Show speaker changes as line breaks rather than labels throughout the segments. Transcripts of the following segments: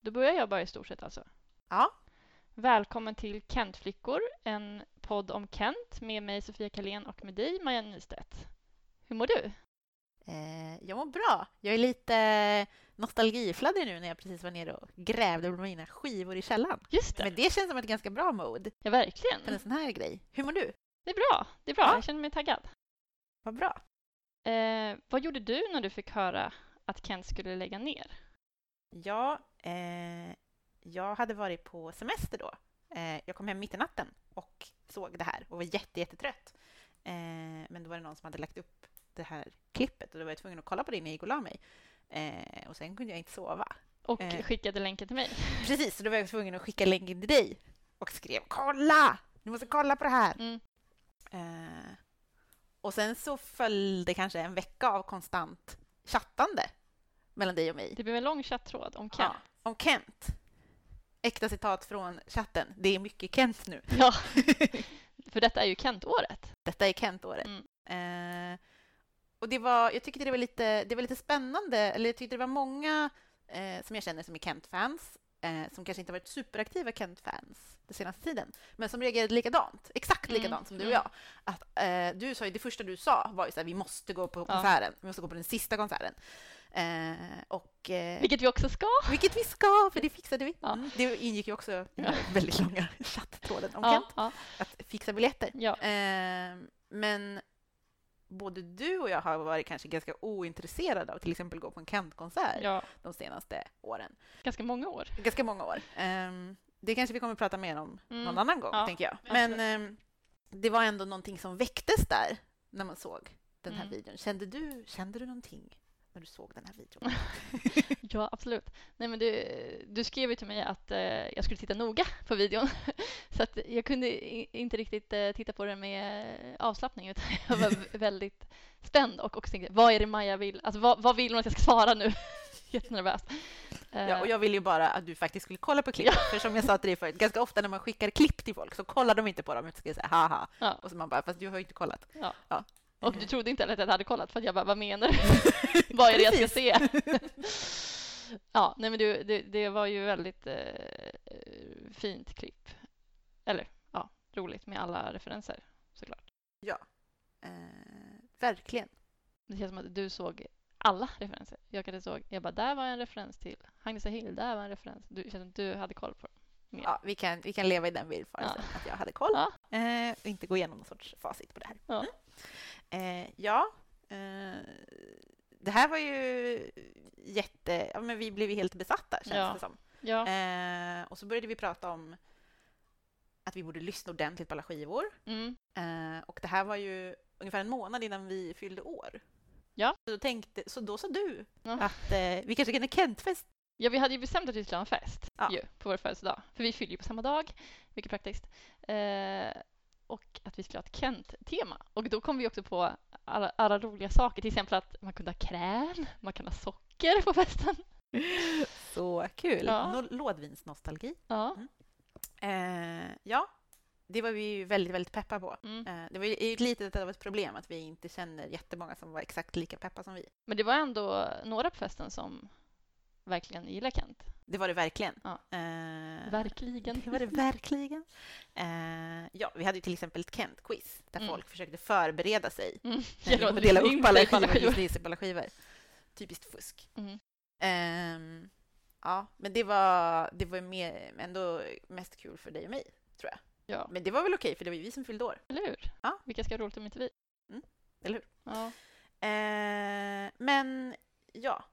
Då börjar jag bara i stort sett alltså.
Ja.
Välkommen till Kentflickor, en podd om Kent med mig Sofia Kalén och med dig Maja Nystedt. Hur mår du?
Eh, jag mår bra. Jag är lite nostalgifladdrig nu när jag precis var nere och grävde bland mina skivor i källaren.
Just
Men det känns som ett ganska bra mode
Ja, verkligen.
för en sån här grej. Hur mår du?
Det är bra. Det är bra.
Ja.
Jag känner mig taggad.
Vad bra.
Eh, vad gjorde du när du fick höra att Kent skulle lägga ner?
Ja, eh, jag hade varit på semester då. Eh, jag kom hem mitt i natten och såg det här och var jätte, jättetrött. Eh, men då var det någon som hade lagt upp det här klippet och då var jag tvungen att kolla på det när jag gick och la mig. Eh, och sen kunde jag inte sova.
Och
Eh.
skickade länken till mig.
Precis, så då var jag tvungen att skicka länken till dig och skrev ”Kolla! Du måste kolla på det här!”
Mm.
eh, Och sen så följde kanske en vecka av konstant chattande mellan dig och mig
Det blev en lång chattråd om Kent.
Ja, om Kent. Äkta citat från chatten. Det är mycket Kent nu.
Ja. För detta är ju Kent-året.
Detta är Kent-året.
Mm.
Eh, och det var, jag tyckte det var, lite, det var lite spännande, eller jag tyckte det var många eh, som jag känner som är Kent-fans, eh, som kanske inte har varit superaktiva Kent-fans den senaste tiden, men som reagerade likadant, exakt
Mm,
likadant som du och
mm.
jag. Att, eh, du sa ju, det första du sa var ju så här, vi måste gå på
Ja.
konserten, vi måste gå på den sista konserten. Eh, och, eh,
Vilket vi också ska.
vilket vi ska, för det fixade vi.
Ja.
Mm, det ingick ju också i den
Ja.
väldigt långa chatttråden om Kent,
Ja, ja,
att fixa biljetter.
ja.
Ehm, men både du och jag har varit kanske ganska ointresserade av till exempel gå på en Kent-konsert
ja.
de senaste åren.
Ganska många år.
Ganska många år. Ehm, det kanske vi kommer att prata mer om
Mm.
någon annan gång,
Ja,
tänker jag. Men
absolut.
ehm, det var ändå någonting som väcktes där när man såg den här
Mm.
videon. Kände du, kände du någonting när du såg den här videon?
Eh. Ja, absolut. Nej, men du, du skrev ju till mig att eh, jag skulle titta noga på videon. Så att jag kunde i, inte riktigt eh, titta på den med eh, avslappning utan jag var v- väldigt spänd och också tänkte vad är det Maja vill? Alltså vad, vad vill hon att jag ska svara nu? Jättenervös. Eh,
Ja, och jag ville ju bara att du faktiskt skulle kolla på klippet. För som jag sa till dig förut, ganska ofta när man skickar klipp till folk så kollar de inte på dem utan ska säga haha.
Ja.
Och så man bara, fast du har ju inte kollat.
Ja.
Ja.
Och du trodde inte heller att jag hade kollat för att jag bara, vad menar du? vad är det jag ska se? ja, nej men du, det, det var ju väldigt eh, fint klipp. Eller ja, roligt med alla referenser såklart.
Eh, verkligen.
Det känns som att du såg alla referenser. Jag kanske såg, jag bara, där var en referens till Agnes och Hill, där var en referens. Du det känns som att du hade koll på dem. Ja.
Ja, vi, kan, vi kan leva i den villfarelsen att jag hade koll. Eh, och inte gå igenom någon sorts facit på det här.
Ja.
Mm. Eh, ja. Eh, det här var ju jätte... Ja, men vi blev ju helt besatta, känns
Ja.
det som.
Ja,
Eh, och så började vi prata om att vi borde lyssna ordentligt på alla skivor.
mm,
Eh, och det här var ju ungefär en månad innan vi fyllde år.
Ja.
Så då, tänkte, så då sa du
Ja.
att eh, vi kanske kan ha Kentfest.
Ja, vi hade ju bestämt att vi skulle ha en fest
Ja.
ju, på vår födelsedag. För vi fyller ju på samma dag, mycket praktiskt. Eh, och att vi skulle ha ett Kent-tema. Och då kom vi också på alla, alla roliga saker. Till exempel att man kunde ha kräm, man kan ha socker på festen.
Så kul!
Ja.
Nå- Lådvinsnostalgi.
Ja.
Eh, ja, det var vi ju väldigt, väldigt peppa på.
Mm.
Eh, det var ju ett litet av ett problem att vi inte känner jättemånga som var exakt lika peppa som vi.
Men det var ändå några på festen som verkligen gillar Kent.
Det var det verkligen.
Ja.
Eh,
Verkligen.
Det var det verkligen. Eh, ja, vi hade ju till exempel ett Kent-quiz där
Mm.
folk försökte förbereda sig
Mm.
Genom
Genom
att dela
in
upp alla
sig på
skivor.
skivor.
Just det, på alla skivor. Typiskt fusk.
Mm.
Ehm, ja, men det var, det var mer, ändå mest kul för dig och mig, tror jag.
Ja,
Men det var väl okej, för det var ju vi som fyllde år,
eller hur?
Ja.
Vilka ska ha roligt om inte vi?
Mm, eller hur?
Ja.
Ehm, men ja.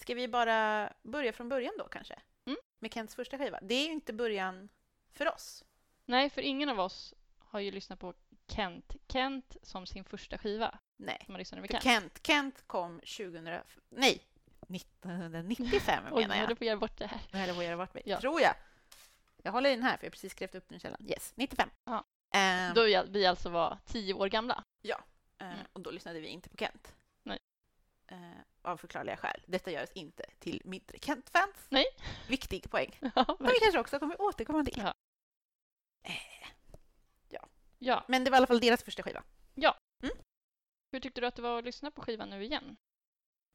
Ska vi bara börja från början då kanske?
Mm.
Med Kents första skiva. Det är ju inte början för oss.
Nej, för ingen av oss har ju lyssnat på Kent, Kent som sin första skiva.
Nej.
Man lyssnade med
För
Kent.
Kent, Kent kom 2000, nej, 1995
Oj,
menar
jag
jag.
håller på att göra bort det här.
Nu höll jag på att göra bort mig.
Ja.
Tror jag. Jag håller i den här, för jag har precis skrivit upp den i källan. Yes, 95.
Ja.
Ehm,
Då vi, vi alltså var tio år gamla.
eh,
Mm.
och då lyssnade vi inte på Kent.
Nej.
Eh, av förklarliga skäl. Detta gör oss inte till mindre Kent-fans.
Nej.
Viktig poäng.
Ja,
Som vi kanske också kommer återkomma till.
Ja.
Eh,
ja.
Men det var i alla fall deras första skiva.
Hur tyckte du att det var att lyssna på skivan nu igen?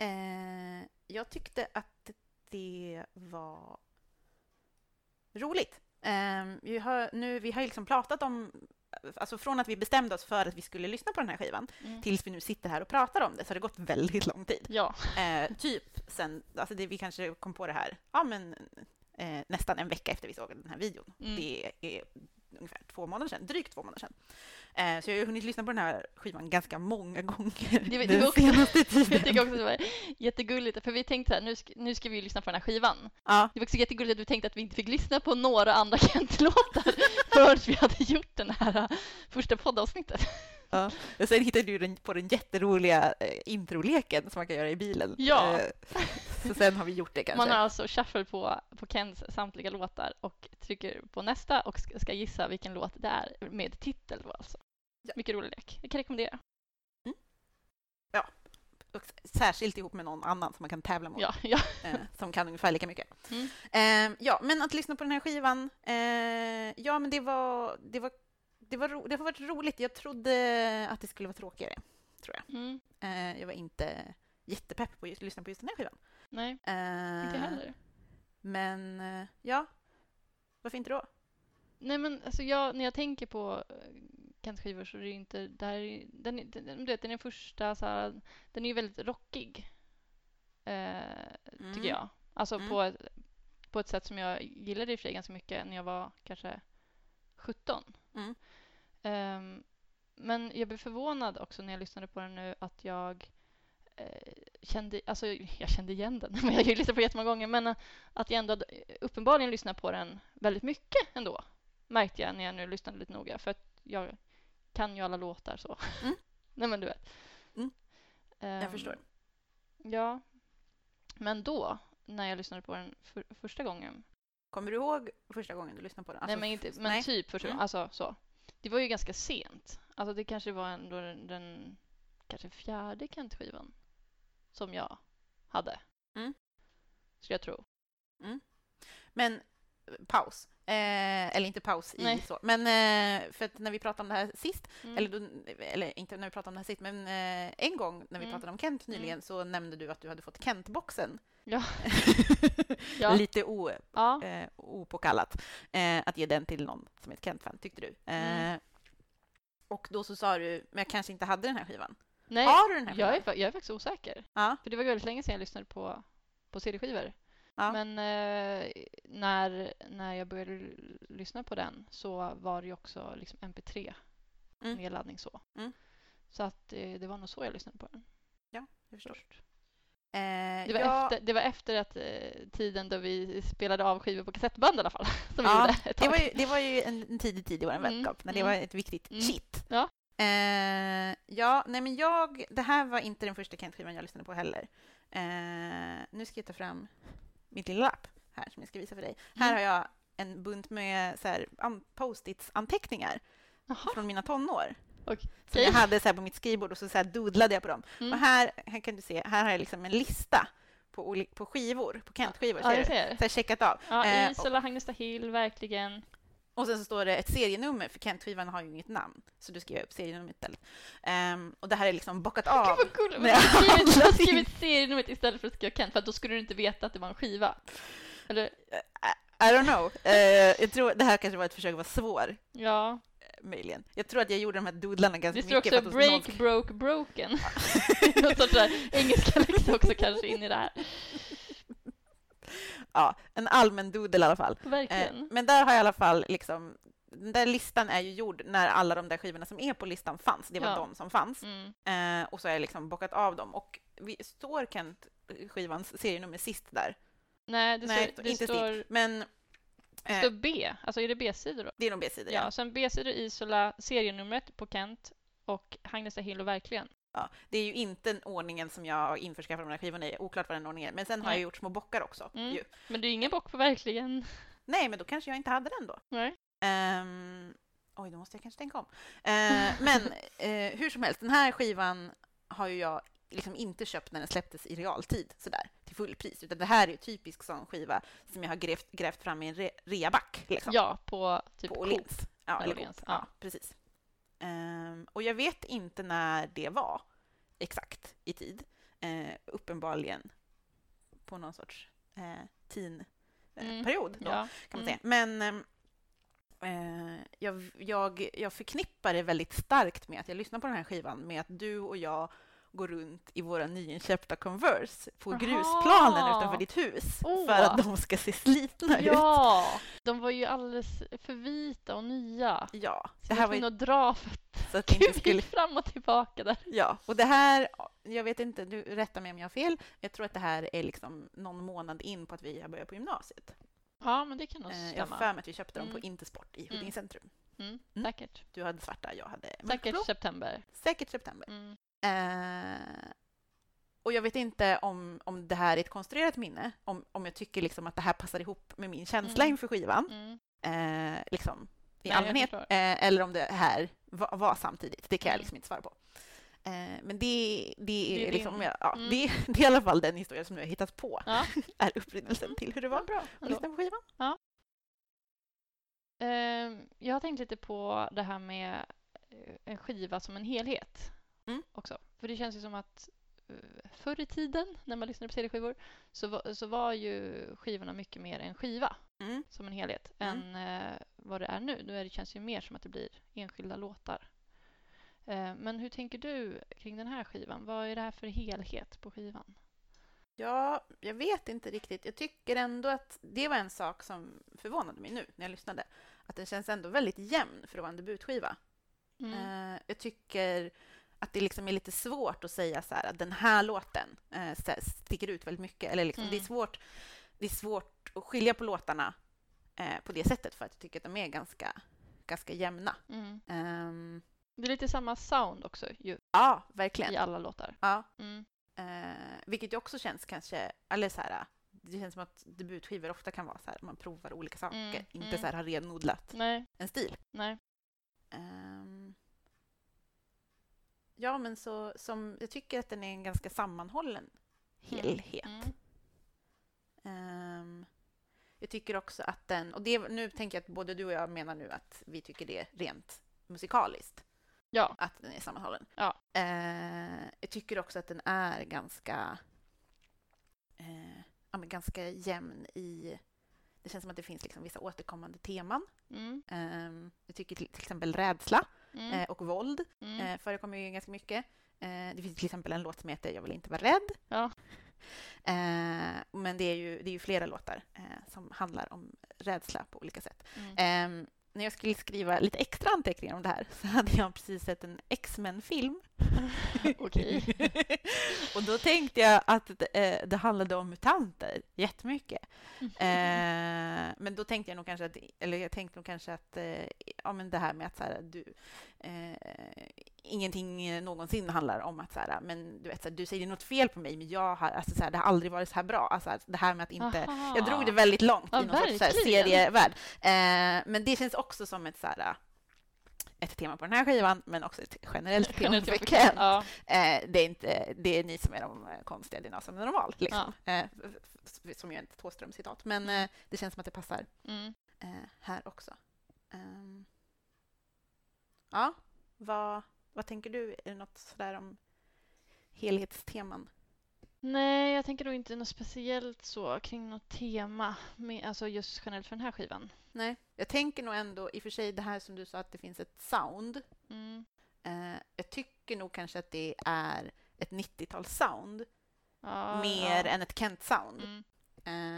Eh, jag tyckte att det var roligt. Ehm, vi, har, nu, vi har ju liksom pratat om... Alltså från att vi bestämde oss för att vi skulle lyssna på den här skivan
Mm.
tills vi nu sitter här och pratar om det så har det gått väldigt lång tid.
Ja,
Eh, typ sen, alltså det, vi kanske kom på det här, ja men eh, nästan en vecka efter vi såg den här videon.
Mm.
Det är ungefär två månader sedan, drygt två månader sedan. Eh, så jag har ju hunnit lyssna på den här skivan ganska många gånger
Det var- det
den
var också-
senaste
jag
tiden.
tycker också det var jättegulligt. För vi tänkte så här, nu ska, nu ska vi ju lyssna på den här skivan.
Ja,
Det var också jättegulligt att du tänkte att vi inte fick lyssna på några andra Kent-låtar förrän vi hade gjort den här äh, första poddavsnittet.
och sen hittade du den, på den jätteroliga eh, introleken som man kan göra i bilen.
Ja.
Eh, så sen har vi gjort det kanske.
Man har alltså shuffle på, på Kens samtliga låtar och trycker på nästa och ska, ska gissa vilken låt det är med titel då alltså.
Ja.
Mycket rolig lek. Jag kan rekommendera.
Och s- särskilt ihop med någon annan som man kan tävla mot.
Ja, ja.
eh, som kan ungefär lika mycket.
Mm.
Eh, ja, men att lyssna på den här skivan, eh, ja men det var, det var, det var, ro, det har varit roligt. Jag trodde att det skulle vara tråkigare.
Mm.
Eh, jag var inte jättepepp på att lyssna på just den här skivan.
Nej,
Eh,
inte heller.
Men eh, ja, varför inte då?
Nej men alltså jag, när jag tänker på eh, Kents skivor så är det ju inte, det här är, den, är- den, du vet, den är den första så här, den är ju väldigt rockig. Eh, tycker jag. Alltså
Mm.
på, ett, på ett sätt som jag gillade i och för sig ganska mycket när jag var kanske 17.
Mm.
Ehm, men jag blev förvånad också när jag lyssnade på den nu att jag eh, kände, alltså jag kände igen den, men jag har ju lyssnat på den jättemånga gånger, men eh, att jag ändå hade, eh, uppenbarligen lyssnat på den väldigt mycket ändå, märkte jag när jag nu lyssnade lite noga, för att jag kan ju alla låtar så.
Mm.
Nej men du vet.
Mm.
Ehm,
Jag förstår.
Ja. Men då, när jag lyssnade på den för, första gången,
Kommer du ihåg första gången du lyssnade på den?
nej men, inte, men
Alltså, nej.
typ första
Mm.
gången, alltså så. Det var ju ganska sent. Alltså det kanske var ändå den, den kanske fjärde Kent-skivan som jag hade.
Mm.
Skulle jag tro.
Men eh, paus. Eh, eller inte paus i
Nej.
så. Men eh, för att när vi pratade om det här sist
Mm.
Eller, då, eller inte när vi pratade om det här sist, men eh, en gång när vi
Mm.
pratade om Kent nyligen
Mm.
så nämnde du att du hade fått Kent-boxen.
Ja. ja.
Lite o,
ja.
eh, opåkallat. Eh, att ge den till någon som är ett Kent-fan, tyckte du. Eh,
Mm.
Och då så sa du, men jag kanske inte hade den här skivan.
Nej,
Har du den här skivan?
jag är, fa- jag är faktiskt osäker.
Ja.
För det var väldigt länge sedan jag lyssnade på, på CD-skivor.
Ja.
Men eh, när, när jag började l- lyssna på den så var det ju också liksom MP3
Mm.
nedladdning så.
Mm.
Så att eh, det var nog så jag lyssnade på den
Jag förstår.
först.
Eh,
Det var,
jag-
efter, det var efter att eh, tiden då vi spelade av skivor på kassettband i alla fall. Som vi
Ja,
gjorde ett
Det
tag.
var ju, det var ju en, en tidig tid i vår
Mm,
vänskap, när det
mm.
var ett viktigt
Mm.
shit.
Ja.
Eh, ja, nej men jag, det här var inte den första Kent-skivan jag lyssnade på heller. Eh, nu ska jag ta fram mitt lilla lapp här som jag ska visa för dig. Här
Mm.
har jag en bunt med så här, an- post-its anteckningar
Jaha,
från mina tonår.
Okej.
Som jag hade så här på mitt skrivbord och så, så här doodlade jag på dem.
Mm.
Och här, här kan du se, här har jag liksom en lista på, oli- på skivor, på Kent-skivor.
ja,
ser du?
jag ser.
Så här checkat av. Eh,
Ja,
och-
Isola, Hagnestahill, verkligen.
och sen så står det ett serienummer, för Kent-skivan har ju inget namn. Så du skriver upp serienumret istället. Ehm, och det här är liksom bockat av.
Gud vad kul! Men
Nej,
Du har skrivit- du har
alla
skrivit serienumret istället för att skriva Kent, för att då skulle du inte veta att det var en skiva. Eller,
I don't know. Eh, jag tror det här kanske var ett försök att vara svår, eh,
ja.
möjligen. Jag tror att jag gjorde de här doodlarna
Det
ganska
står
Alltså, mycket.
också
att någon
break,
sk-
broke, broken. Någon sorts där engelska läxa också kanske in i det här.
ja, en allmän doodle i alla fall. Eh,
Verkligen.
men där har jag i alla fall liksom... Den där listan är ju gjord när alla de där skivorna som är på listan fanns. Det var
Ja.
de som fanns.
Mm.
Eh, och så har jag liksom bockat av dem. Och vi, står Kent-skivans serienummer sist där?
Nej, det,
Nej,
står, det
inte
står,
sist. Men...
det
eh,
står B. Alltså är det B-sidor då?
Det är nog B-sidor, ja.
Ja, sen B-sidor Isola, serienumret på Kent och Agnes Hill och verkligen.
Ja, det är ju inte den ordningen som jag införskaffade de här skivorna i, oklart vad den ordningen är. Men sen har
Nej.
jag gjort små bockar också.
Mm.
Ju.
Men det är ingen bock på verkligen.
Nej, men då kanske jag inte hade den då.
Nej.
Ehm, oj, då måste jag kanske tänka om. Eh, men eh, hur som helst, den här skivan har ju jag liksom inte köpt när den släpptes i realtid sådär till fullpris, utan det här är ju typisk sån skiva som jag har grävt, grävt fram i en re, reaback. Liksom.
Ja, på typ
på
Coop.
Åhléns. Ja, eller
Åhléns,
Coop.
ja.
Ja, precis. Ehm, och jag vet inte när det var exakt i tid. Eh, uppenbarligen på någon sorts eh, eh,
Mm,
teen-period. då
Ja.
kan man
Mm.
säga. Men ehm, eh, jag, jag, jag förknippar det väldigt starkt med att jag lyssnar på den här skivan med att du och jag går runt i våra nyinköpta Converse på
Aha!
grusplanen utanför ditt hus för
Åh!
att de ska se slitna ut.
Ja, de var ju alldeles för vita och nya.
Ja,
Så
det
jag
här
var
var ju
tvungen att dra för att
så att det inte
Gud, vi
skulle...
gick fram och tillbaka där.
Ja, och det här, jag vet inte, du rättar mig om jag har fel, jag tror att det här är liksom någon månad in på att vi har börjat på gymnasiet.
Ja, men det kan nog
Eh, Jag har
stämma.
för mig att vi köpte dem på
Mm.
Intersport i
Mm.
Huddinge centrum.
Mm,
Mm.
säkert.
Du hade svarta, jag hade
Säkert
mörkblå.
september.
Säkert september.
Mm.
Eh, och jag vet inte om, om det här är ett konstruerat minne, om, om jag tycker liksom att det här passar ihop med min känsla
Mm.
inför skivan,
Mm.
eh, liksom, i
Nej, jag
allmänhet,
förstår.
eh, eller om det här var, var samtidigt. Det kan jag
Mm.
liksom inte svara på. Eh, men det, det, är
Det är
liksom,
din-
ja, ja,
Mm.
det, det är i alla fall den historia som jag har hittat på,
Ja.
är upprinnelsen till hur det var
bra
att lyssna på skivan.
Ehm, Jag har tänkt lite på det här med eh, en skiva som en helhet
Mm.
också. För det känns ju som att eh, förr i tiden när man lyssnade på CD-skivor så, va- så var ju skivorna mycket mer en skiva
Mm.
som en helhet
Mm.
än eh, vad det är nu. Nu är det, känns det ju mer som att det blir enskilda låtar. Eh, men hur tänker du kring den här skivan? Vad är det här för helhet på skivan?
Ja, jag vet inte riktigt. Jag tycker ändå att det var en sak som förvånade mig nu när jag lyssnade. Att den känns ändå väldigt jämn för att vara en debutskiva.
Mm.
Eh, jag tycker att det liksom är lite svårt att säga så här att den här låten eh, så här, sticker ut väldigt mycket. Eller liksom,
Mm.
det, är svårt, det är svårt att skilja på låtarna eh, på det sättet för att jag tycker att de är ganska, ganska jämna.
Mm.
Ehm,
Det är lite samma sound också ju,
ja, verkligen.
i alla låtar.
Ja.
Mm.
Eh, vilket ju också känns kanske, eller så här, det känns som att debutskivor ofta kan vara så här, man provar olika saker,
Mm,
inte
mm.
så här har renodlat
Nej,
en stil.
nej.
Ehm, ja, men så som, jag tycker att den är en ganska sammanhållen helhet.
Mm.
Ehm, jag tycker också att den, och det, nu tänker jag att både du och jag menar nu att vi tycker det är rent musikaliskt,
Ja.
att den är sammanhållen.
Ja.
Eh, jag tycker också att den är ganska, eh, ja, men ganska jämn i... Det känns som att det finns liksom vissa återkommande teman.
Mm.
Ehm, jag tycker till, till exempel rädsla
Mm.
eh, och våld
mm.
eh, förekommer ju ganska mycket. Eh, det finns till exempel en låt som heter Jag vill inte vara rädd.
Ja.
Eh, men det är ju, det är ju flera låtar eh, som handlar om rädsla på olika sätt.
Mm.
Ehm, när jag skulle skriva lite extra anteckningar om det här så hade jag precis sett en X-Men-film. Eh.
Okej.
och då tänkte jag att det, eh, det handlade om mutanter jättemycket. Eh, men då tänkte jag nog kanske att, eller jag tänkte nog kanske att, eh, ja men det här med att så här, du, eh, ingenting eh, någonsin handlar om att så här, men du vet, så här, du säger något fel på mig, men jag har, alltså så här, det har aldrig varit så här bra. Alltså det här med att inte,
Aha.
jag drog det väldigt långt
Ja,
i någon sorts så här,
verkligen.
serievärld. Eh, men det känns också som ett så här, eh, ett tema på den här skivan, men också ett generellt tema
Generellt
för
jobbigt.
Kent.
Ja.
Eh, det, är inte, det är ni som är de eh, konstiga dinosaurierna normalt, liksom. Eh, f- f- som ju är ett Thåström-citat. Men eh, det känns som att det passar
Mm.
eh, här också. Ehm. ja, vad, vad tänker du? Är det något sådär om helhetsteman?
Nej, jag tänker nog inte något speciellt så kring något tema, med, alltså just generellt för den här skivan.
Nej. Jag tänker nog ändå, i och för sig det här som du sa att det finns ett sound.
Mm.
Eh, jag tycker nog kanske att det är ett 90-tals-sound
Ja,
mer
ja.
än ett Kent-sound.
Mm.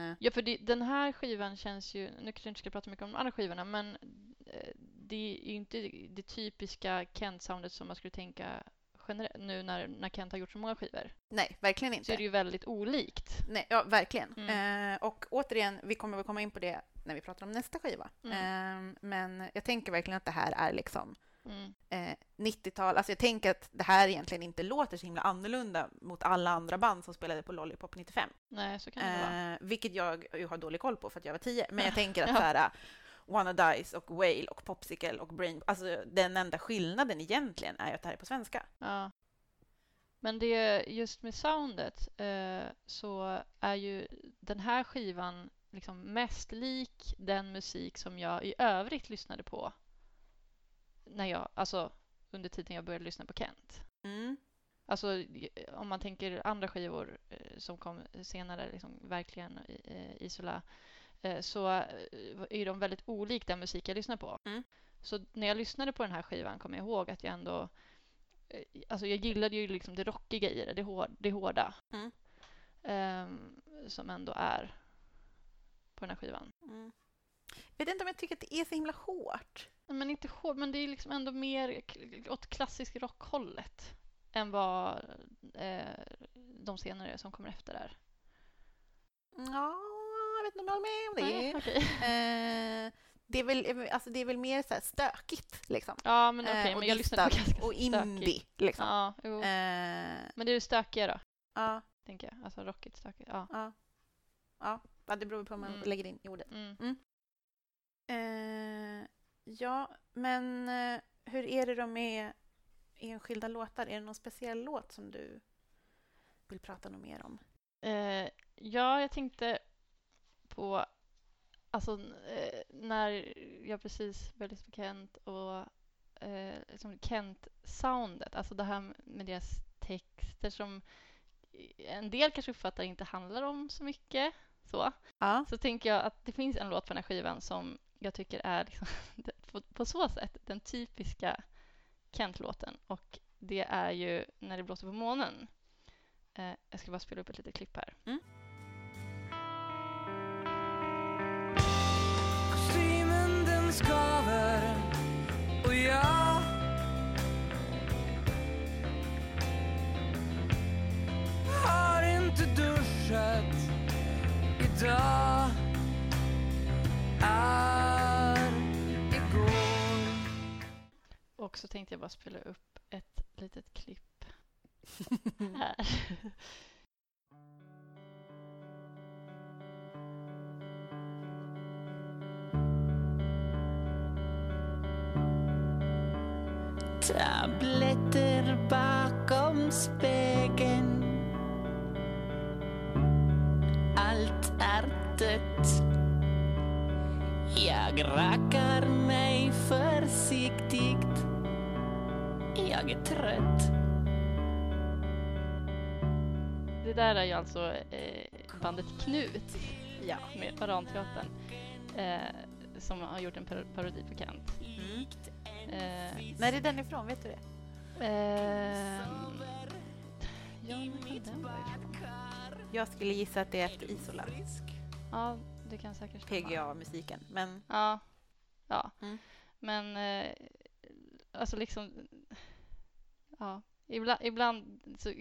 Eh,
Ja, för det, den här skivan känns ju, nu kanske jag inte ska prata mycket om de andra skivorna, men eh, det är ju inte det typiska Kent-soundet som man skulle tänka generellt, nu när, när Kent har gjort så många skivor.
nej, verkligen inte.
Så är det ju väldigt olikt.
Nej, ja, verkligen.
Mm.
Eh, och återigen, vi kommer väl komma in på det när vi pratar om nästa skiva. Eh, men jag tänker verkligen att det här är liksom
Mm.
eh, 90-tal. Alltså jag tänker att det här egentligen inte låter så himla annorlunda mot alla andra band som spelade på Lollipop 95.
Nej, så kan det vara.
Eh, vilket jag ju har dålig koll på för att jag var 10. Men jag tänker att
Ja.
så här, eh, Wanna Dice och Whale och Popsicle och Brain... Alltså den enda skillnaden egentligen är ju att det här är på svenska.
Ja. Men det, just med soundet eh, så är ju den här skivan liksom mest lik den musik som jag i övrigt lyssnade på när jag, alltså under tiden jag började lyssna på Kent. Alltså j- om man tänker andra skivor eh, som kom senare, liksom verkligen i- eh, Isola, eh, så eh, är de väldigt olik den musik jag lyssnar på.
Mm.
Så när jag lyssnade på den här skivan kom jag ihåg att jag ändå, eh, alltså jag gillade ju liksom det rockiga i det, det, hår, det hårda.
Mm.
ehm, som ändå är på den här skivan.
Mm. Jag vet inte om jag tycker att det är så himla hårt.
Men inte hård, men det är liksom ändå mer k- åt klassisk rockhållet än vad eh, de senare som kommer efter är.
Ja, jag vet inte om jag håller med om det.
Nej, okej.
Eh, det, är väl, alltså det är väl mer så här stökigt, liksom.
Ja, men okej,
Eh, och
men jag lyssnade på
distat
ganska
Och
stökigt.
indie, liksom.
Ja, jo.
Eh,
Men det är det stökiga då,
ja,
tänker jag. Alltså rockigt, stökigt. Ja.
ja. Ja, ja, det beror på om man
Mm.
lägger in i ordet.
Mm.
Eh, ja, men eh, hur är det då med enskilda låtar? Är det någon speciell låt som du vill prata något mer om?
Eh, ja, jag tänkte på alltså, eh, när jag precis blev liksom Kent och eh, liksom Kent-soundet, alltså det här med deras texter som en del kanske uppfattar inte handlar om så mycket. Så,
Ja.
så tänker jag att det finns en låt på den här skivan som jag tycker är liksom, på, på så sätt den typiska Kent-låten och det är ju När det blåser på månen. Eh, jag ska bara spela upp ett litet klipp här.
Kostymen den skaver och jag har inte duschat idag är igår
Och så tänkte jag bara spela upp ett litet klipp här.
Tabletter bakom spegeln Allt är dött Jag rackar mig försiktigt Jag är trött
Det där är ju alltså eh, bandet Knut
ja.
med Varanteatern eh, som har gjort en par- parodi på Kent.
Mm.
Eh,
När är den ifrån? Vet du det?
ehm, ja, men kan den vara ifrån?
Jag skulle gissa att det är efter Isola,
Ja, det kan säkert stämma.
PGA-musiken. Men
Ja. ja.
Mm.
Men eh, alltså liksom... Ja. Ibland, ibland så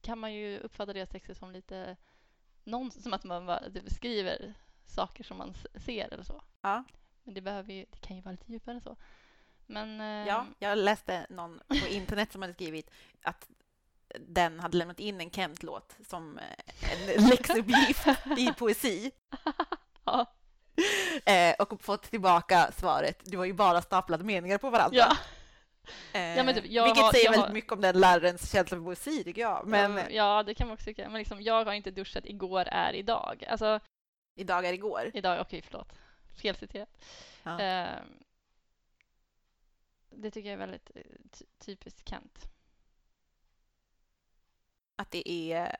kan man ju uppfatta deras texter som lite... Någon, som att man bara, det beskriver saker som man s- ser eller så.
Ja.
Men det, behöver ju, det kan ju vara lite djupare än så. Men...
Ja,
ehm,
jag läste någon på internet som hade skrivit att den hade lämnat in en Kent-låt som eh, en läxuppgift i poesi.
Ja.
Eh, och fått tillbaka svaret, du har ju bara staplat meningar på varandra.
ja.
Eh,
Ja, men typ, jag
vilket
har-
säger
jag
väldigt
har-
mycket om den lärarens känsla för poesi, tycker jag. Men
ja, ja, det kan man också tycka. Men liksom, jag har inte duschat igår är idag. Alltså,
idag är igår.
idag, okej, förlåt. Felciterat.
Ja.
Ehm, det tycker jag är väldigt eh, ty- typiskt Kent.
Att det är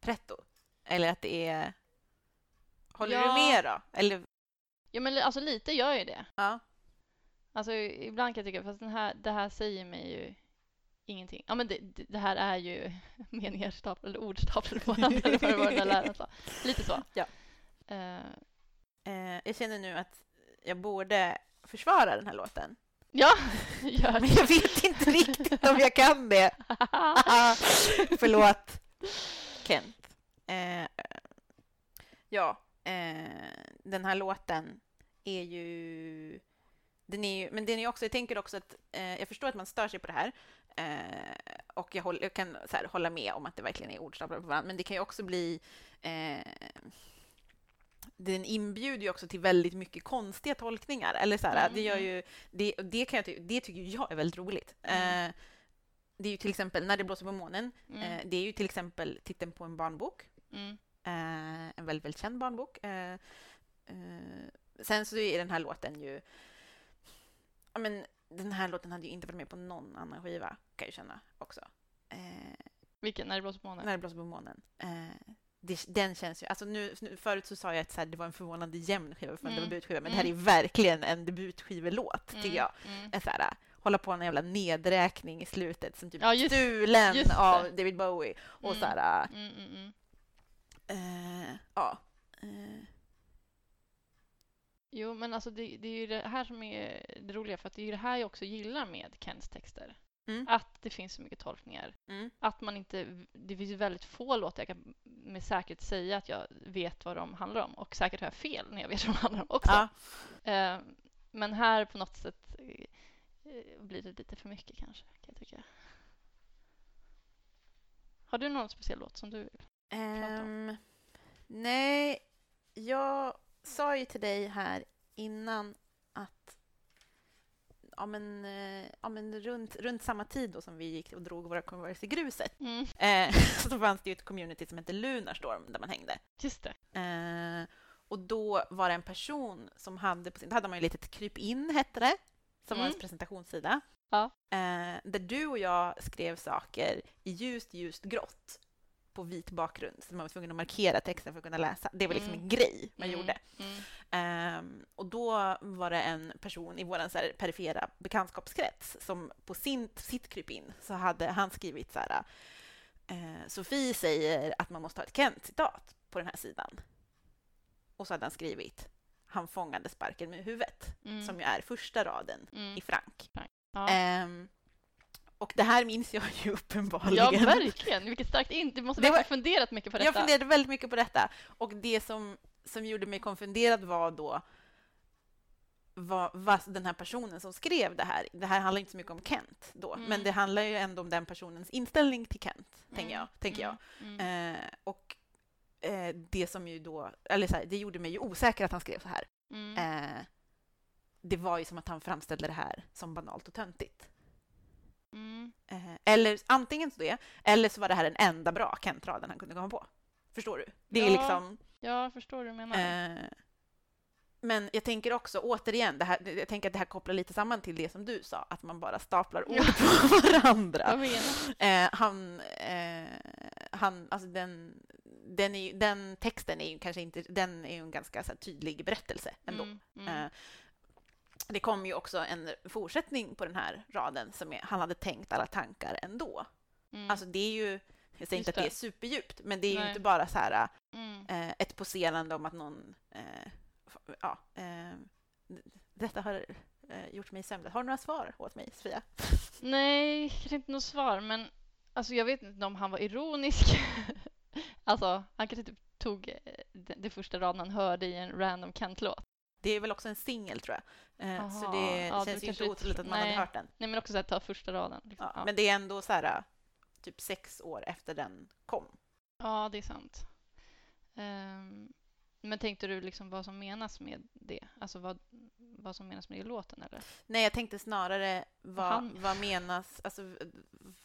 pretto. Eller att det är... Håller
Ja.
du med då? Eller,
Ja, men li- alltså lite gör ju det.
ja.
Alltså i- ibland kan jag tycka, fast den här, det här säger mig ju ingenting. Ja, men det, det det här är ju meningar staplade, eller ord staplade på liksom, varandra, eller vad det var den där läraren sa. Lite så.
Ja.
Ehm,
Eh, jag känner nu att jag borde försvara den här låten.
ja, gör
Men
det. Mm,
jag vet inte riktigt om jag kan det. Ah, Förlåt, Kent. Eh, ja, eh, den här låten är ju... Den är ju, men den är ju också, jag tänker också att eh, jag förstår att man stör sig på det här eh, och jag, håller, jag kan så här, hålla med om att det verkligen är ordstaplar på varandra, men det kan ju också bli... Eh, den inbjuder ju också till väldigt mycket konstiga tolkningar. Eller så här,
Mm,
det, gör
mm.
ju, det, och det, kan jag, ty- det tycker ju jag är väldigt roligt.
Mm.
Eh, det är ju till exempel När det blåser på månen.
Mm,
Eh, det är ju till exempel titeln på en barnbok.
mm,
Eh, en väldigt, väldigt känd barnbok. Eh, eh, sen så är den här låten ju... Ja, men den här låten hade ju inte varit med på någon annan skiva, kan jag ju känna också. Eh,
Vilken? När det blåser på månen?
När det blåser på månen. Eh, det, den känns ju, alltså nu, nu, förut så sa jag att så här, det var en förvånande jämn skiva för en
Mm.
debutskiva, men det här
Mm.
är verkligen en debutskivelåt, tycker jag.
Mm.
En Så här, eh, hålla på en jävla nedräkning i slutet som typ
Ja, just-
stulen
just det.
av David Bowie. Och
Mm.
så här,
Mm, mm, mm.
eh, ja. Eh,
Jo, men alltså det, det är ju det här som är det roliga för att det är ju det här jag också gillar med Kens texter.
Mm.
Att det finns så mycket tolkningar.
mm,
Att man inte, det finns ju väldigt få låtar jag kan med säkerhet säga att jag vet vad de handlar om och säkert har jag fel när jag vet vad de handlar om också.
ja.
Eh, men här på något sätt eh, eh, blir det lite för mycket kanske, kan jag tycka. Har du någon speciell låt som du prata om?
Ehm, nej, jag sa ju till dig här innan att ja, men, eh, ja, men runt, runt samma tid då som vi gick och drog våra Converse i gruset
Mm,
eh, så fanns det ju ett community som hette Lunarstorm där man hängde.
just det.
Eh, och då var det en person som hade på sin... Då hade man ju litet kryp in, hette det, som
Mm.
var ens presentationssida.
Ja.
Eh, där du och jag skrev saker i ljust, ljust grått på vit bakgrund. Så man var tvungen att markera texten för att kunna läsa. Det var liksom
Mm.
en grej man
Mm,
gjorde.
Mm,
Ehm, och då var det en person i vår så här, perifera bekantskapskrets som på sin, sitt krypin så hade han skrivit så här eh, Sofie säger att man måste ha ett Kent-citat på den här sidan. Och så hade han skrivit Han fångade sparken med huvudet,
mm,
som ju är första raden
mm.
i Frank.
Ja.
Ehm, och det här minns jag ju
Ja,
uppenbarligen.
verkligen. Vilket starkt in. Du måste
Det
verkligen
var-
ha funderat mycket på detta.
Jag funderade väldigt mycket på detta. Och det som, som gjorde mig konfunderad var då vad, vad den här personen som skrev det här. Det här handlar inte så mycket om Kent då,
Mm.
men det handlar ju ändå om den personens inställning till Kent, tänker jag. Tänker jag.
Mm.
Eh, och eh, det som ju då, eller så här, det gjorde mig ju osäker att han skrev så här.
Mm.
Eh, det var ju som att han framställde det här som banalt och töntigt.
Mm.
Eh, eller antingen så det, eller så var det här den enda bra Kent-raden han kunde komma på. Förstår du? Det är
Ja.
liksom...
Ja, jag förstår hur du menar.
Eh, men jag tänker också, återigen, det här, det- jag tänker att det här kopplar lite samman till det som du sa, att man bara staplar ord
Ja.
på
Jag
varandra.
menar.
Eh, han, eh, han, alltså den, den, är, ju- den texten är ju kanske inte, den är ju en ganska så här, tydlig berättelse ändå.
Mm, mm,
Eh, det kom ju också en fortsättning på den här raden som är, han hade tänkt alla tankar ändå.
mm,
Alltså det är ju, jag säger
Just
inte att det är
det.
superdjupt, men det är ju
Nej.
inte bara så här
mm.
eh, ett poserande om att någon... Eh, f- ja, eh, d- detta har eh, gjort mig sömnlös. Har du några svar åt mig, Sofia?
Nej, kanske inte något svar, men alltså, jag vet inte om han var ironisk. alltså, han kanske typ tog eh, det, det första raden han hörde i en random Kent-låt.
Det är väl också en singel, tror jag. Eh, så
Aha,
det
ja, det
känns ju
kanske
inte
är-
otroligt att man
nej.
hade hört den.
Nej, men också så här, ta första raden. Liksom.
Ja,
Ja,
Men det är ändå så här, eh, typ sex år efter den kom.
ja, det är sant. Ehm, men tänkte du liksom vad som menas med det? Alltså vad, vad som menas med det i låten, eller?
Nej, jag tänkte snarare vad,
Han-
vad menas, alltså v-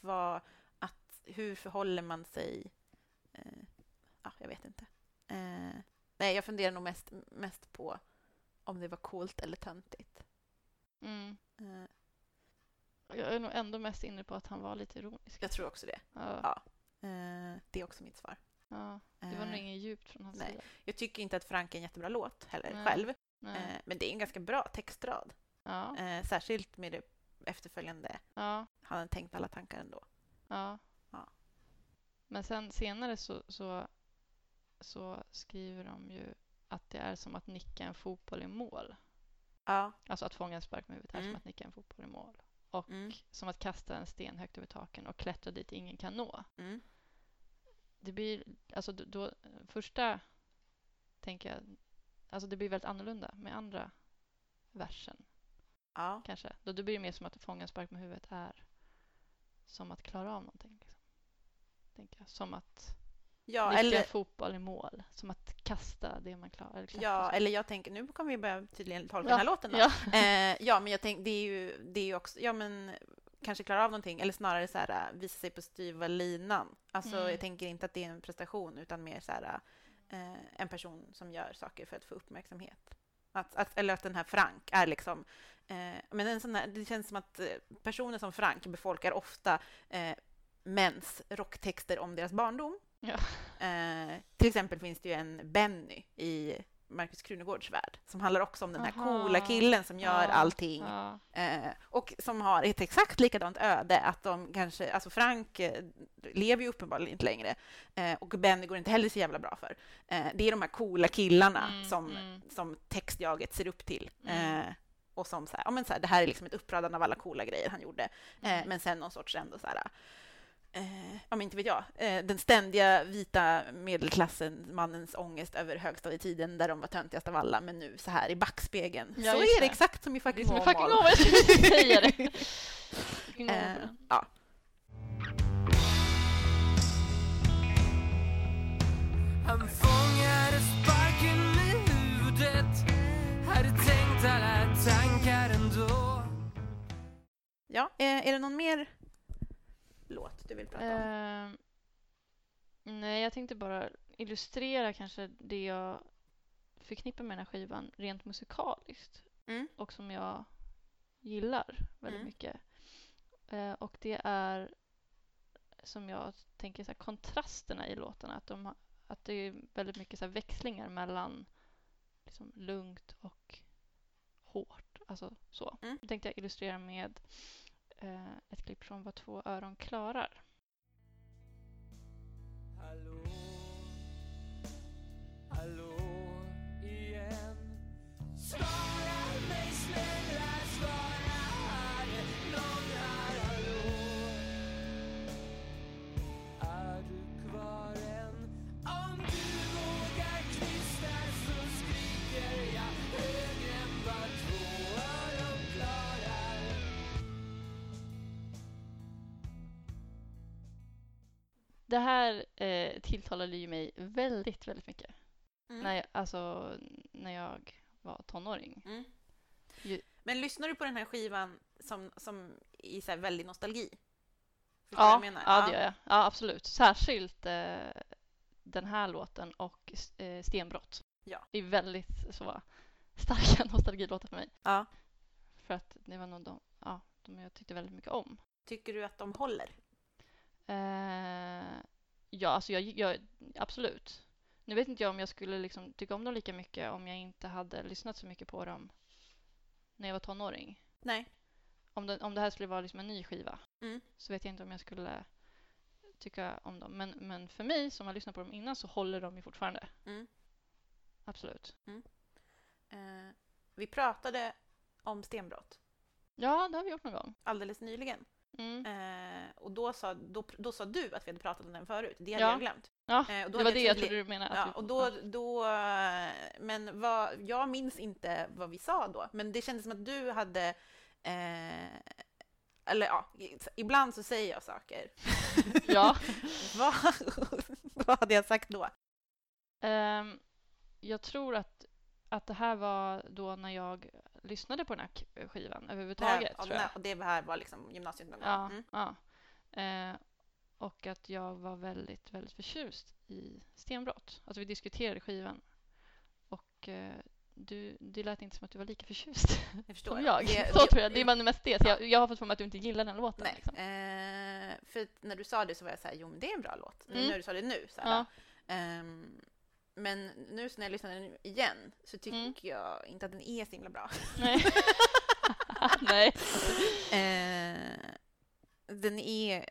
vad, att, hur förhåller man sig? Eh, ja, jag vet inte. Eh, nej, jag funderar nog mest, mest på om det var coolt eller töntigt.
Mm.
Eh,
Jag är nog ändå mest inne på att han var lite ironisk.
jag tror också det.
Ja,
ja. Eh, det är också mitt svar.
ja. Det var nog
Eh,
inget djupt från hans
nej.
sida.
jag tycker inte att Frank är en jättebra låt heller
Nej.
själv,
Nej.
eh, men det är en ganska bra textrad.
Ja,
Eh, särskilt med det efterföljande,
ja,
han hade tänkt alla tankar ändå.
ja.
Ja.
Men sen senare så, så, så skriver de ju att det är som att nicka en fotboll i mål.
Ja,
Alltså att fånga en spark med huvudet är
Mm.
som att nicka en fotboll i mål. Och
Mm.
som att kasta en sten högt över taken och klättra dit ingen kan nå.
mm,
Det blir, alltså då- då, första tänker jag, alltså det blir väldigt annorlunda med andra versen.
ja.
kanske. Då, då blir det mer som att fånga en spark med huvudet är som att klara av någonting. Liksom. Tänker jag. Som att
ja
nicka
eller,
fotboll i mål. Som att kasta det man klarar. Eller klättra
Ja,
så.
eller jag tänker, nu kommer vi börja tydligen tolka
Ja,
den här låten då.
ja.
Eh, ja, men jag tänker, det är ju, det är ju också, ja men kanske klara av någonting, eller snarare så här eh, visa sig på styva linan. Alltså
Mm.
jag tänker inte att det är en prestation, utan mer så här eh, en person som gör saker för att få uppmärksamhet. Att, att, eller att den här Frank är liksom, eh, men en sån här, det känns som att eh, personer som Frank befolkar ofta eh, mäns rocktexter om deras barndom.
Ja.
Eh, till exempel finns det ju en Benny i Markus Krunegårds värld som handlar också om den här
Aha.
coola killen som gör
Ja,
allting
Ja.
Eh, och som har ett exakt likadant öde, att de kanske, alltså Frank eh, lever ju uppenbarligen inte längre eh, och Benny går inte heller så jävla bra för. Eh, det är de här coola killarna
Mm,
som,
mm.
som textjaget ser upp till.
Mm.
Eh, och som så här, ja men så här, det här är liksom ett uppradande av alla coola grejer han gjorde. Eh,
Mm.
men sen någon sorts ändå så här, eh, ja men inte vet jag, eh, den ständiga vita medelklassen, mannens ångest över högstadietiden där de var töntigast av alla, men nu så här i backspegeln.
Ja,
så
just
är det
det.
exakt som i
Det är
fucking
som en
Åmål.
fucking novel, jag skulle precis säga det. Fucking novel på
Eh,
den.
ja.
Han fångade sparken i huvudet Hade tänkt alla tankar ändå
ja, eh, är det någon mer låt du vill prata om?
Ehm, nej, jag tänkte bara illustrera kanske det jag förknippar med den här skivan rent musikaliskt
Mm.
och som jag gillar väldigt
Mm.
mycket. Eh, och det är som jag tänker så här, kontrasterna i låtarna. Att, de, ha- att det är väldigt mycket så här, växlingar mellan liksom, lugnt och hårt. Alltså så.
Mm.
Det tänkte jag illustrera med eh, ett klipp från Vad två öron klarar.
Hallå, hallå igen. Svara mig snälla, svara är det någon här? Hallå, är du kvar än? Om du vågar knista så skriker jag högre än vad två öron klarar.
Det här eh, tilltalade ju mig väldigt, väldigt mycket.
Mm.
När jag, alltså, när jag var tonåring.
Mm.
Ju-
Men lyssnar du på den här skivan som, som i så här väldig nostalgi? Förstår
Ja,
vad jag menar?
ja, det gör jag. Ja, absolut. Särskilt eh, den här låten och eh, Stenbrott.
Ja.
Det är väldigt så starka nostalgilåtar för mig.
Ja.
För att det var nog de, ja, de jag tyckte väldigt mycket om.
Tycker du att de håller?
Eh, ja, alltså jag, jag, absolut. Nu vet inte jag om jag skulle liksom tycka om dem lika mycket om jag inte hade lyssnat så mycket på dem när jag var tonåring.
Nej.
om, den, om det här skulle vara liksom en ny skiva
Mm.
så vet jag inte om jag skulle tycka om dem. Men, men för mig som har lyssnat på dem innan så håller de ju fortfarande.
Mm.
Absolut.
Eh, vi pratade om stenbrott
Ja, det har vi gjort någon gång.
alldeles nyligen.
Mm.
Eh, och då sa, då, då sa du att vi hade pratat om den förut. Det hade
Ja.
jag glömt.
Ja,
Eh, och då
det var
hade
det jag
tydlig-
trodde du menade. att
Ja,
vi-
och då, då, men vad, jag minns inte vad vi sa då, men det kändes som att du hade... Eh, eller ja, i- ibland så säger jag saker.
Ja.
vad, vad hade jag sagt då?
Ehm, jag tror att, att det här var då när jag lyssnade på den här k- skivan
Det här,
överhuvudtaget.
ja,
tror jag.
och det här var liksom gymnasiet någon gång.
Ja,
Mm.
ja. Eh, och att jag var väldigt, väldigt förtjust i stenbrott. Alltså vi diskuterade skivan. Och eh, du, det lät inte som att du var lika förtjust
Jag förstår.
som jag.
Det-
så
det-
tror jag. Det var mest det. Så jag, jag har fått för mig att du inte gillar den låten.
Nej,
Liksom.
eh, för att när du sa det så var jag så här, jo men det är en bra låt. Nu
Mm.
när du sa det nu. Så här,
Ja,
ehm, men nu så när jag lyssnade nu igen så tycker
Mm.
jag inte att den är så himla bra.
nej. nej.
Eh, den är...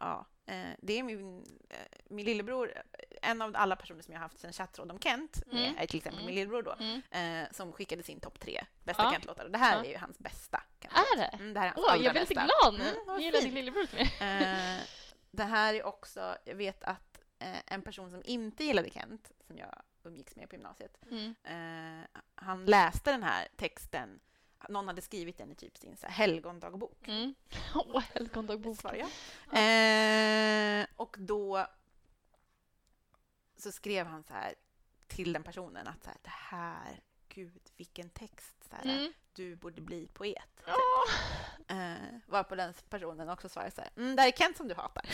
Ja, eh, det är min, eh, min lillebror, eh, en av alla personer som jag har haft sen chattråd om Kent,
Mm.
eh, är till exempel
Mm.
min lillebror då,
Mm.
eh, som skickade sin topp tre bästa
Ja.
Kent-låtar. Och det här
Ja.
är ju hans bästa. kan man
Är
säga.
det?
Mm, det här är
Åh,
hans
jag
allra
blir lite
bästa.
glad nu.
Mm, vad
jag gillar din
fint.
lillebror lite mer.
Eh, det här är också, jag vet att eh, en person som inte gillade Kent, som jag umgicks med på gymnasiet,
Mm.
eh, han läste den här texten, någon hade skrivit den i typ sin så här, helgondagbok.
Mm. Åh, helgondagbok.
Svarar jag. Eh, och då så skrev han så här till den personen att så här, det här, gud vilken text, så här,
Mm.
du borde bli poet.
Ja.
Eh, var på den personen också svarade så här, mm, det här är Kent som du hatar.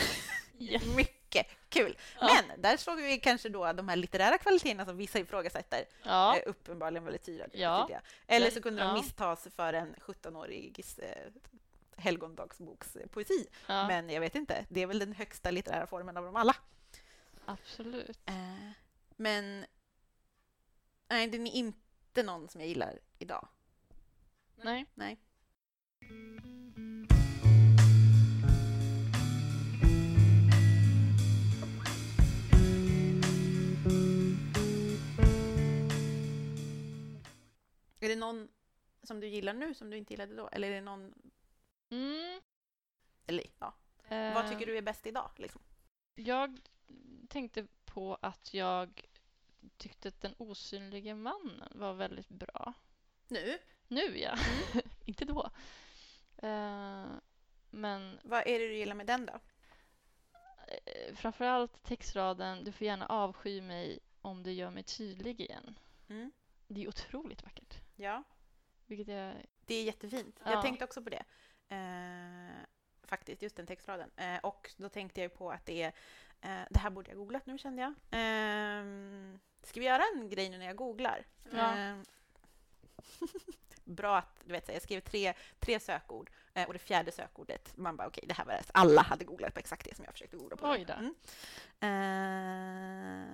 Yes.
Mycket kul.
Ja.
Men där såg vi kanske då de här litterära kvaliteterna som vissa ifrågasätter,
Ja.
eh, uppenbarligen väldigt tydliga.
Ja.
tydliga. Eller så
Den-
kunde de
ja.
misstas för en 17-årigs eh, helgondagsbokspoesi.
Ja,
Eh, Men jag vet inte, det är väl den högsta litterära formen av dem alla.
absolut.
Eh, Men nej, den är inte någon som jag gillar idag.
Nej.
Nej. Är det någon som du gillar nu som du inte gillade då? Eller är det någon...
Mm,
Eller, ja. Vad
ehm.
tycker du är bäst idag? Liksom?
Jag tänkte på att jag tyckte att Den osynlige mannen var väldigt bra.
Nu?
Nu ja,
Mm.
inte då. Eh, men
Vad är det du gillar med den då?
eh, framförallt textraden Du får gärna avsky mig om du gör mig tydlig igen.
Mm.
Det är otroligt vackert.
Ja.
Vilket jag...
Det är jättefint.
Ja.
Jag tänkte också på det. Eh, faktiskt, just den textraden. Eh, och då tänkte jag ju på att det är... Eh, det här borde jag googlat nu kände jag. Eh, ska vi göra en grej nu när jag googlar?
Ja.
Eh, bra att du vet, så här, jag skrev tre, tre sökord eh, och det fjärde sökordet, man bara okej, det här var det. Alla hade googlat på exakt det som jag försökte googla på.
Oj då.
Mm. Eh,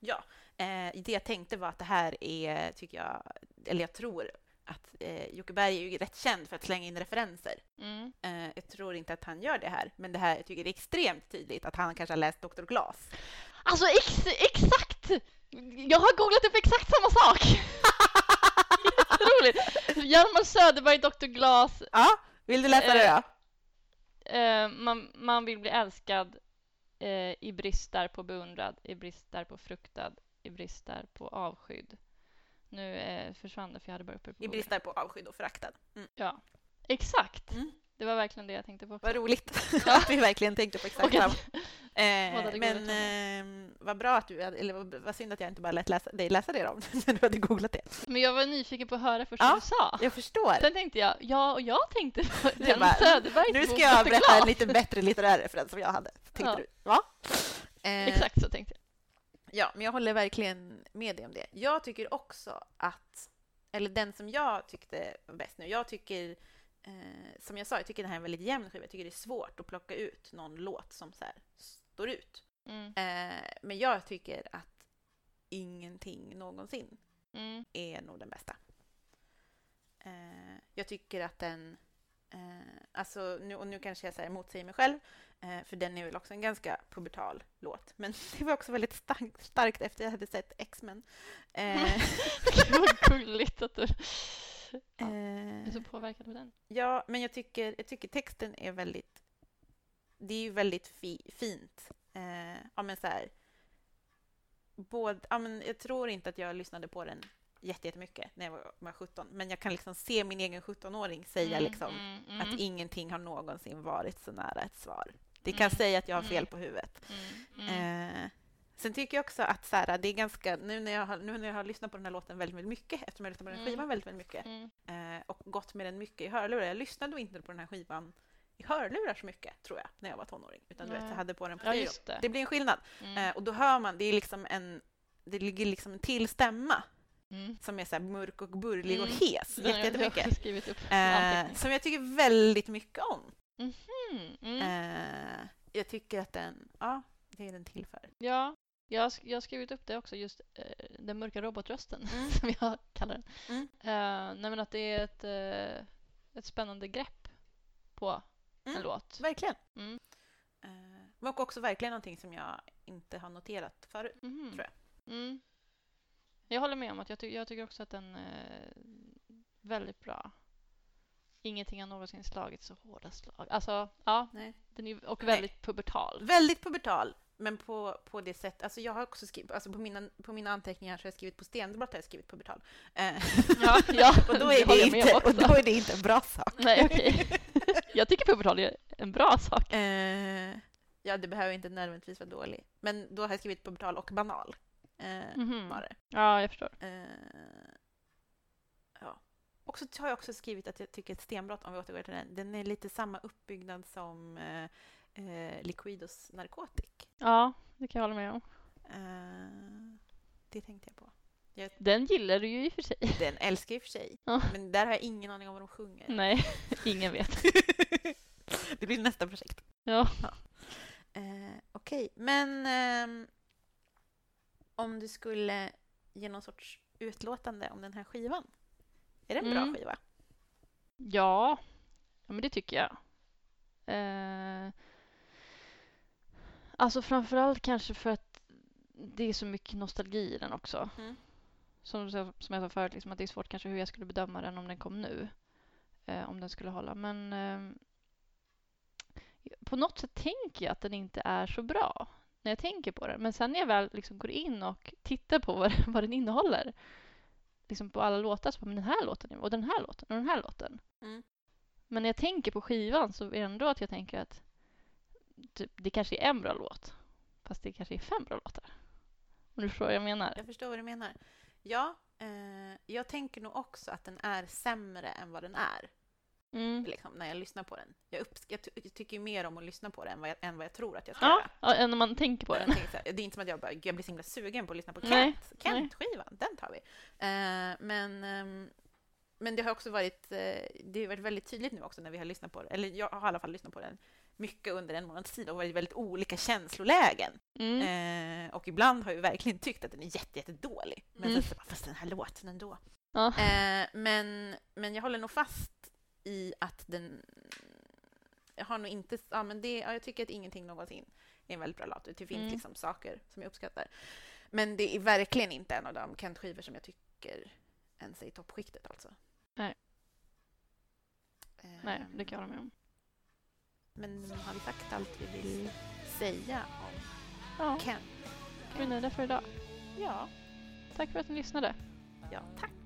ja, eh, det jag tänkte var att det här är, tycker jag, eller jag tror att eh, Jocke Berg är ju rätt känd för att slänga in referenser.
Mm.
Eh, jag tror inte att han gör det här, men det här jag tycker är extremt tydligt att han kanske har läst Dr. Glas.
Alltså ex exakt! Jag har googlat upp exakt samma sak! Jätteroligt! Hjalmar Söderberg, Dr. Glas,
Ja, vill du läsa det då?
Eh, man, man vill bli älskad eh, i brist därpå beundrad, i brist därpå fruktad, i brist därpå avskydd. Nu eh, försvann det för jag hade bara uppe på
I brist
bordet.
där på avskydd och föraktad. Mm.
Ja, exakt.
Mm.
Det var verkligen det jag tänkte på. också.
Vad roligt
Ja.
att vi verkligen tänkte på exakt
Och
samma.
att, båda
Eh,
hade
men
googlat
eh, vad bra att du, eller vad- vad synd att jag inte bara lät läsa, dig läsa det då, när du hade googlat det.
men jag var nyfiken på att höra först
Ja.
vad du sa.
Jag förstår.
Sen tänkte jag, ja, och jag tänkte på
Du
Hjalmar
bara,
Söderbergs
Nu ska
bok
jag
Dr.
berätta en
Glas.
lite bättre litterär referens som jag hade. Tänkte
Ja.
du? Va? Eh,
Exakt så tänkte jag.
Ja, men jag håller verkligen med dig om det. Jag tycker också att, eller den som jag tyckte var bäst nu, jag tycker, eh, som jag sa, jag tycker det här är en väldigt jämn skiva. Jag tycker det är svårt att plocka ut någon låt som så här står ut.
Mm,
Eh, men jag tycker att ingenting någonsin
mm,
är nog den bästa. Eh, jag tycker att den... Eh, alltså nu, och nu kanske jag så här motsäger mig själv, eh, för den är väl också en ganska pubertal låt. Men det var också väldigt starkt, starkt efter jag hade sett X-Men. Eh,
det var gulligt att du Ja.
eh,
är så påverkad av den.
ja, men jag tycker, jag tycker texten är väldigt... Det är ju väldigt fi, fint. Eh, ja, men så här... Både, ja, men jag tror inte att jag lyssnade på den jätte- jättemycket när jag var, var 17, men jag kan liksom se min egen 17-åring säga
Mm,
liksom
mm, mm,
att ingenting har någonsin varit så nära ett svar. Det kan
Mm.
säga att jag har fel
Mm.
på huvudet.
mm, mm.
Eh, sen tycker jag också att så här, det är ganska, nu när, jag har, nu när jag har lyssnat på den här låten väldigt, väldigt mycket, eftersom jag har lyssnat på den här
Mm.
skivan väldigt, väldigt mycket,
Mm.
eh, och gått med den mycket i hörlurar. Jag lyssnade nog inte på den här skivan i hörlurar så mycket, tror jag, när jag var tonåring. Utan du vet,
Nej.
jag hade på den på
Ja,
stereo.
just det.
Det blir en skillnad.
Mm.
Eh, och då hör man, det är liksom en, det ligger liksom en till stämma
Mm.
som är så här mörk och burlig och
Mm.
hes
Den har jag-
jätte-
Jag har
eh, jättemycket.
också skrivit upp
Eh,
anteckningar.
som jag tycker väldigt mycket om.
Mm, mm.
Eh, jag tycker att den, ja, det är den till för.
Ja, jag har, sk- jag har skrivit upp det också, just eh, den mörka robotrösten
Mm.
som jag kallar den.
Mm.
Eh, nej men att det är ett, eh, ett spännande grepp på
Mm.
en låt.
Verkligen.
Mm.
Eh, men också verkligen någonting som jag inte har noterat förut.
Mhm.
tror
Mm. Jag håller med om att jag, ty- jag tycker också att den är väldigt bra. Ingenting har någonsin slagit så hårda slag. Alltså, ja,
Nej.
den är, och
Nej.
väldigt pubertal.
Väldigt pubertal, men på, på det sätt, alltså jag har också skrivit, alltså på mina, på mina anteckningar så har jag skrivit på stenbrott har jag skrivit pubertal. Eh,
Ja, ja,
och, då
det håller
är det
jag med om
inte, och
också.
då är det inte en bra sak.
Nej, okej. Jag tycker pubertal är en bra sak.
Eh, ja, det behöver inte nödvändigtvis vara dålig. Men då har jag skrivit pubertal och banal. Eh,
Mhm.
var det.
Ja, jag förstår.
Eh, ja. Och så har jag också skrivit att jag tycker att Stenbrott, om vi återgår till den, den är lite samma uppbyggnad som eh, eh, Liquidos Narcotic.
Ja, det kan jag hålla med om.
Eh, det tänkte jag på. Jag-
Den gillar du ju i och för sig.
Den älskar jag i och för sig.
Ja.
Men där har jag ingen aning om vad de sjunger.
Nej, ingen vet.
det blir nästa projekt.
Ja.
Eh, Okej, men ehm, om du skulle ge någon sorts utlåtande om den här skivan. Är det en
Mm.
bra skiva?
Ja, ja men det tycker jag. Eh, alltså framförallt kanske för att det är så mycket nostalgi i den också.
Mm.
Som, som jag sa förut, liksom att det är svårt kanske hur jag skulle bedöma den om den kom nu. Eh, om den skulle hålla. Men eh, på något sätt tänker jag att den inte är så bra när jag tänker på den. Men sen när jag väl liksom går in och tittar på vad, den- vad den innehåller. Liksom på alla låtar så bara, men den här låten är- och den här låten och den här låten.
Mm.
Men när jag tänker på skivan så är det ändå att jag tänker att typ, det kanske är en bra låt. Fast det kanske är fem bra låtar. Om du förstår vad jag menar.
Jag förstår vad du menar. Ja, eh, jag tänker nog också att den är sämre än vad den är.
Mm.
Liksom, när jag lyssnar på den. Jag, upps- jag, ty- jag tycker ju mer om att lyssna på den än vad jag, än vad jag tror att jag ska
Ja,
göra.
ja, än om man tänker på
Men
den.
jag tänker så här, det är inte som att jag, bara, "Gud, jag blir så himla sugen på att lyssna på
Nej,
Kent. Kent-skivan, den tar vi. Eh, men, ehm, men det har också varit, eh, det har varit väldigt tydligt nu också när vi har lyssnat på den, eller jag har i alla fall lyssnat på den mycket under en månads tid och varit väldigt olika känslolägen.
Mm.
Eh, och ibland har jag verkligen tyckt att den är jätte, jätte dålig. Men
Mm.
sen så bara, fast den här låten ändå.
Ja.
Eh, men, men jag håller nog fast i att den... Jag har nog inte... Ja, men det, ja, jag tycker att ingenting någonsin är en väldigt bra låt. Det finns
Mm.
liksom saker som jag uppskattar. Men det är verkligen inte en av de Kent-skivor som jag tycker ens är i toppskiktet alltså.
Nej.
Eh,
Nej, det kan jag hålla med om.
Men har vi sagt allt vi vill säga om
Ja,
Kent?
vi är nöjda för idag.
Ja.
Tack för att ni lyssnade.
Ja, tack.